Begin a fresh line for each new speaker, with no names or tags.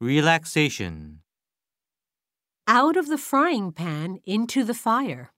Relaxation.
Out of the frying pan into the fire.